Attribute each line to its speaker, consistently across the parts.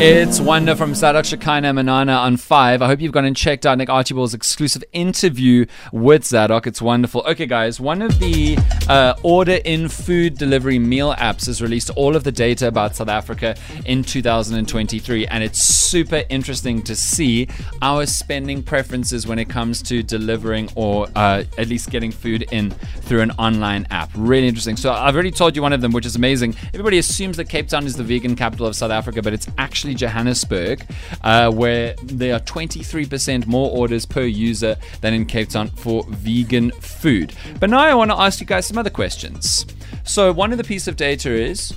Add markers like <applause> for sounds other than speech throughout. Speaker 1: It's Wonder from Sadak Shekinah Manana on 5. I hope you've gone and checked out Nick Archibald's exclusive interview with Zadok. It's wonderful. Okay, guys, one of the uh, order in food delivery meal apps has released all of the data about South Africa in 2023, and it's super interesting to see our spending preferences when it comes to delivering or uh, at least getting food in through an online app. Really interesting. So I've already told you one of them, which is amazing. Everybody assumes that Cape Town is the vegan capital of South Africa, but it's actually Johannesburg, uh, where there are 23% more orders per user than in Cape Town for vegan food. But now I want to ask you guys some other questions. So one of the piece of data is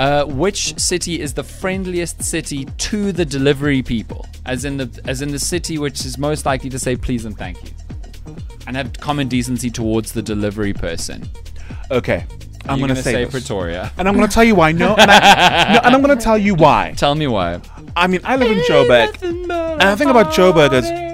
Speaker 1: uh, which city is the friendliest city to the delivery people? As in the as in the city which is most likely to say please and thank you, and have common decency towards the delivery person.
Speaker 2: Okay. I'm
Speaker 1: You're
Speaker 2: going to say, this.
Speaker 1: Pretoria.
Speaker 2: And I'm going to tell you why. No,
Speaker 1: <laughs>
Speaker 2: and, I, no, and I'm going to tell you why.
Speaker 1: Tell me why.
Speaker 2: I mean, I live in Joburg.
Speaker 1: And
Speaker 2: And the thing about Joburg is,
Speaker 1: Uh,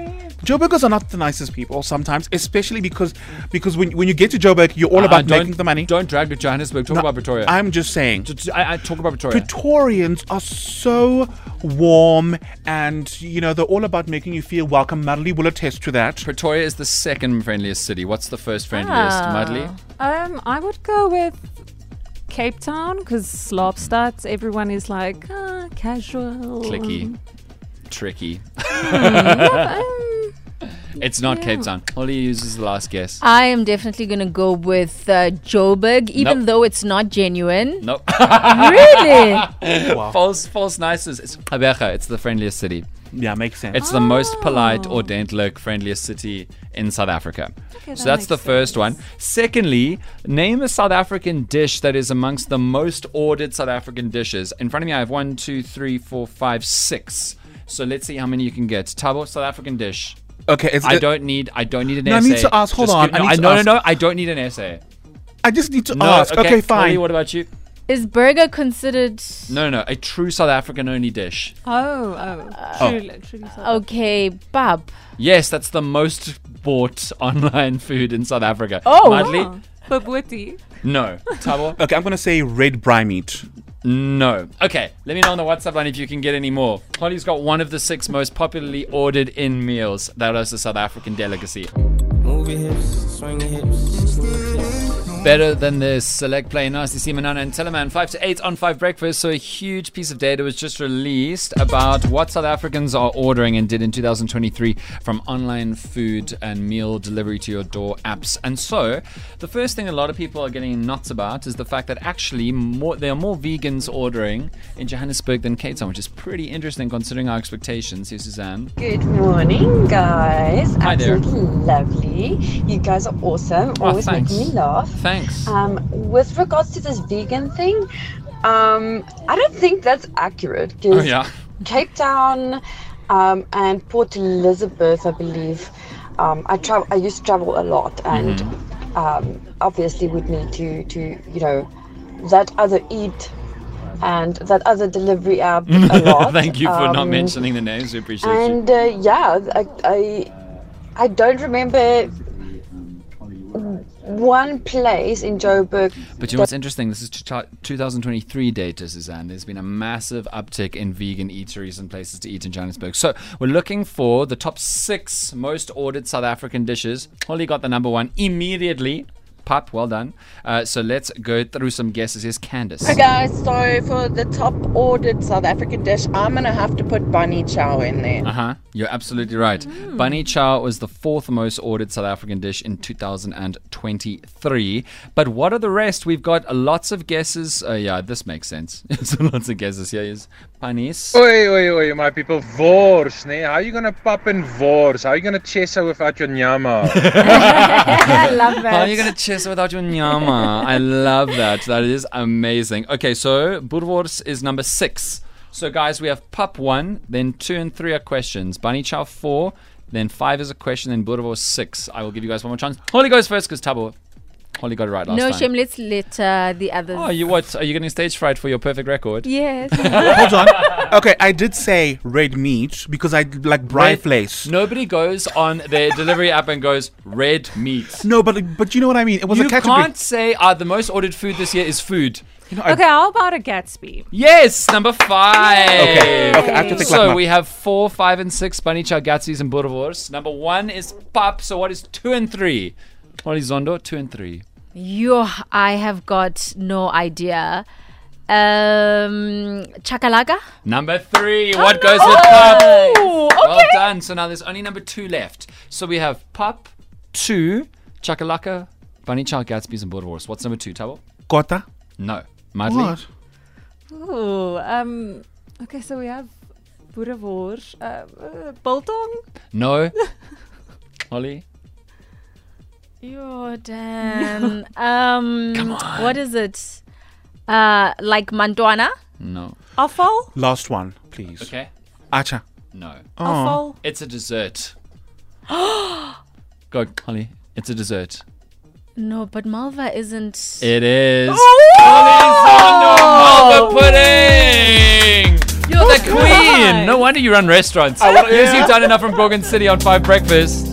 Speaker 2: Joburgers are not the nicest people sometimes, especially because because when, when you get to Joburg, you're all about making the money.
Speaker 1: Uh, Don't drag to Johannesburg. Talk
Speaker 2: No,
Speaker 1: about Pretoria.
Speaker 2: I'm just saying.
Speaker 1: T- t- I, I talk about Pretoria.
Speaker 2: Pretorians are so warm and, you know, they're all about making you feel welcome. Madly will attest to that.
Speaker 1: Pretoria is the second friendliest city. What's the first friendliest?
Speaker 3: Ah.
Speaker 1: Mudley.
Speaker 3: Um, I would go with Cape Town because Slobstad, everyone is like ah, casual.
Speaker 1: Clicky. Tricky. <laughs>
Speaker 3: Um,
Speaker 1: It's not Cape Town. Holly uses the last guess.
Speaker 4: I am definitely going to go with uh, Joburg, even
Speaker 1: Nope.
Speaker 4: though it's not genuine.
Speaker 1: Nope. <laughs>
Speaker 4: Really?
Speaker 1: false, false nices. It's Gqeberha. It's the friendliest city.
Speaker 2: Yeah, makes sense.
Speaker 1: It's the
Speaker 3: Oh.
Speaker 1: most polite, ordentlic, friendliest city in South Africa. so
Speaker 3: that
Speaker 1: that's the
Speaker 3: makes
Speaker 1: first one. Secondly, name a South African dish that is amongst the most ordered South African dishes. In front of me, I have one, two, three, four, five, six. So let's see how many you can get. Tabo, South African dish.
Speaker 2: okay, it's,
Speaker 1: I don't need. I don't need an
Speaker 2: No, I
Speaker 1: essay.
Speaker 2: need to ask- hold
Speaker 1: Just
Speaker 2: on,
Speaker 1: give-
Speaker 2: I
Speaker 1: No,
Speaker 2: need
Speaker 1: I,
Speaker 2: to
Speaker 1: no,
Speaker 2: ask.
Speaker 1: no, no. I don't need an essay.
Speaker 2: I just need to
Speaker 1: No,
Speaker 2: ask. Okay, fine.
Speaker 1: Holly, what about you?
Speaker 4: Is burger considered
Speaker 1: No, no, no. A true South African only dish.
Speaker 3: oh, oh, truly, truly. so.
Speaker 4: okay, bab?
Speaker 1: Yes, that's the most bought <laughs> online food in South Africa.
Speaker 4: Oh.
Speaker 1: Madly?
Speaker 3: Babwiti.
Speaker 1: No. Tabo?
Speaker 2: okay, I'm going to say red bri meat.
Speaker 1: No. Okay, let me know on the WhatsApp line if you can get any more. Holly's got one of the six most popularly ordered in meals. That is the South African delicacy.
Speaker 5: Move your hips, swing your hips.
Speaker 1: Better than this. Select Play Nasty Simonana and Teleman 5 to 8 on 5 Breakfast. So, a huge piece of data was just released about what South Africans are ordering and did in 2023 from online food and meal delivery to your door apps. And so, the first thing a lot of people are getting nuts about is the fact that actually more, there are more vegans ordering in Johannesburg than Cape Town, which is pretty interesting considering our expectations. Here's Suzanne.
Speaker 6: Good morning, guys.
Speaker 1: Hi there.
Speaker 6: Absolutely lovely. You guys are awesome.
Speaker 1: Oh,
Speaker 6: Always
Speaker 1: thanks.
Speaker 6: making me laugh.
Speaker 1: Thanks.
Speaker 6: Um, with regards to this vegan thing, um, I don't think that's accurate. 'cause
Speaker 1: Oh, yeah.
Speaker 6: Cape Town um, and Port Elizabeth, I believe. Um, I travel. I used to travel a lot, and
Speaker 1: Mm-hmm.
Speaker 6: um, obviously would need to to you know that other eat and that other delivery app
Speaker 1: <laughs>
Speaker 6: a
Speaker 1: <laughs>
Speaker 6: lot.
Speaker 1: Thank you for not
Speaker 6: Um,
Speaker 1: mentioning the names. We appreciate you.
Speaker 6: and uh, yeah, I, I I don't remember one place in Joburg.
Speaker 1: But you know what's interesting? This is t- 2023 data, Suzanne. There's been a massive uptick in vegan eateries and places to eat in Johannesburg. So we're looking for the top six most ordered South African dishes. Holly got the number one immediately. Pop, well done. Uh, so let's go through some guesses. Here's Candace.
Speaker 7: guys, so for the top ordered South African dish, I'm gonna have to put bunny chow in there.
Speaker 1: Uh huh. You're absolutely right. Bunny chow was the fourth most ordered South African dish in 2023. But what are the rest? We've got lots of guesses. Uh, yeah, this makes sense. <laughs> so lots of guesses here is panis.
Speaker 8: Oi, oi, oi, my people. Vors, nee. How you gonna pop in vors? How you gonna cheso without your nyama?
Speaker 4: I love
Speaker 1: How are you going to chess without your nyama? I love that. That is amazing. Okay, so Burvors is number six. So, guys, we have pup one, then two and three are questions. Bunny chow four, then five is a question, then Burvors six. I will give you guys one more chance. Holly goes first because Tabo. Holly got it right last
Speaker 4: No
Speaker 1: time.
Speaker 4: shame. Let's let uh, the others.
Speaker 1: Oh, you what? Are you getting stage fright for your perfect record? <laughs>
Speaker 4: yes.
Speaker 2: Hold on. Okay, I did say red meat because I like bri
Speaker 1: Red-
Speaker 2: flace.
Speaker 1: Nobody goes on their delivery app and goes red meat.
Speaker 2: No, but but you know what I mean. It was
Speaker 1: You "Ah,
Speaker 2: a category.
Speaker 1: can't say uh, the most ordered food this year is food.
Speaker 2: You know, I-
Speaker 3: Okay, how about a Gatsby?
Speaker 1: Yes, number five.
Speaker 2: Okay, okay, I have to think like
Speaker 1: So
Speaker 2: my-
Speaker 1: we have four, five, and six bunny chow gatsies and burvors. Number one is pap. So what is two and three? What is zondo? Two and three.
Speaker 4: Yo, I have got no idea. Um, Chakalaga?
Speaker 1: Number three. What goes with pap?
Speaker 3: Ooh,
Speaker 1: Well done. So now there's only number two left. So we have pap, two, chakalaka, bunny chow gatsby's and burvors. What's number two, Tabo?
Speaker 2: Kota.
Speaker 1: No. Madly.
Speaker 2: What?
Speaker 3: Ooh, um, okay, so we have Boerewors, uh, uh, biltong.
Speaker 1: <laughs> No. Ollie.
Speaker 4: Yo, Dan. um, What is it? Uh, like Mandwana?
Speaker 1: No.
Speaker 3: afval,
Speaker 2: Last one, please.
Speaker 1: Okay.
Speaker 2: Acha.
Speaker 1: No.
Speaker 2: Oh.
Speaker 3: afval.
Speaker 1: It's a <gasps> dessert. Go, Ollie. It's a dessert.
Speaker 4: No, but Malva isn't.
Speaker 1: It is. Horizontal Malva pudding. You're the queen. No wonder you run restaurants. Yes, you've done enough from Gorgon City on Five Breakfast.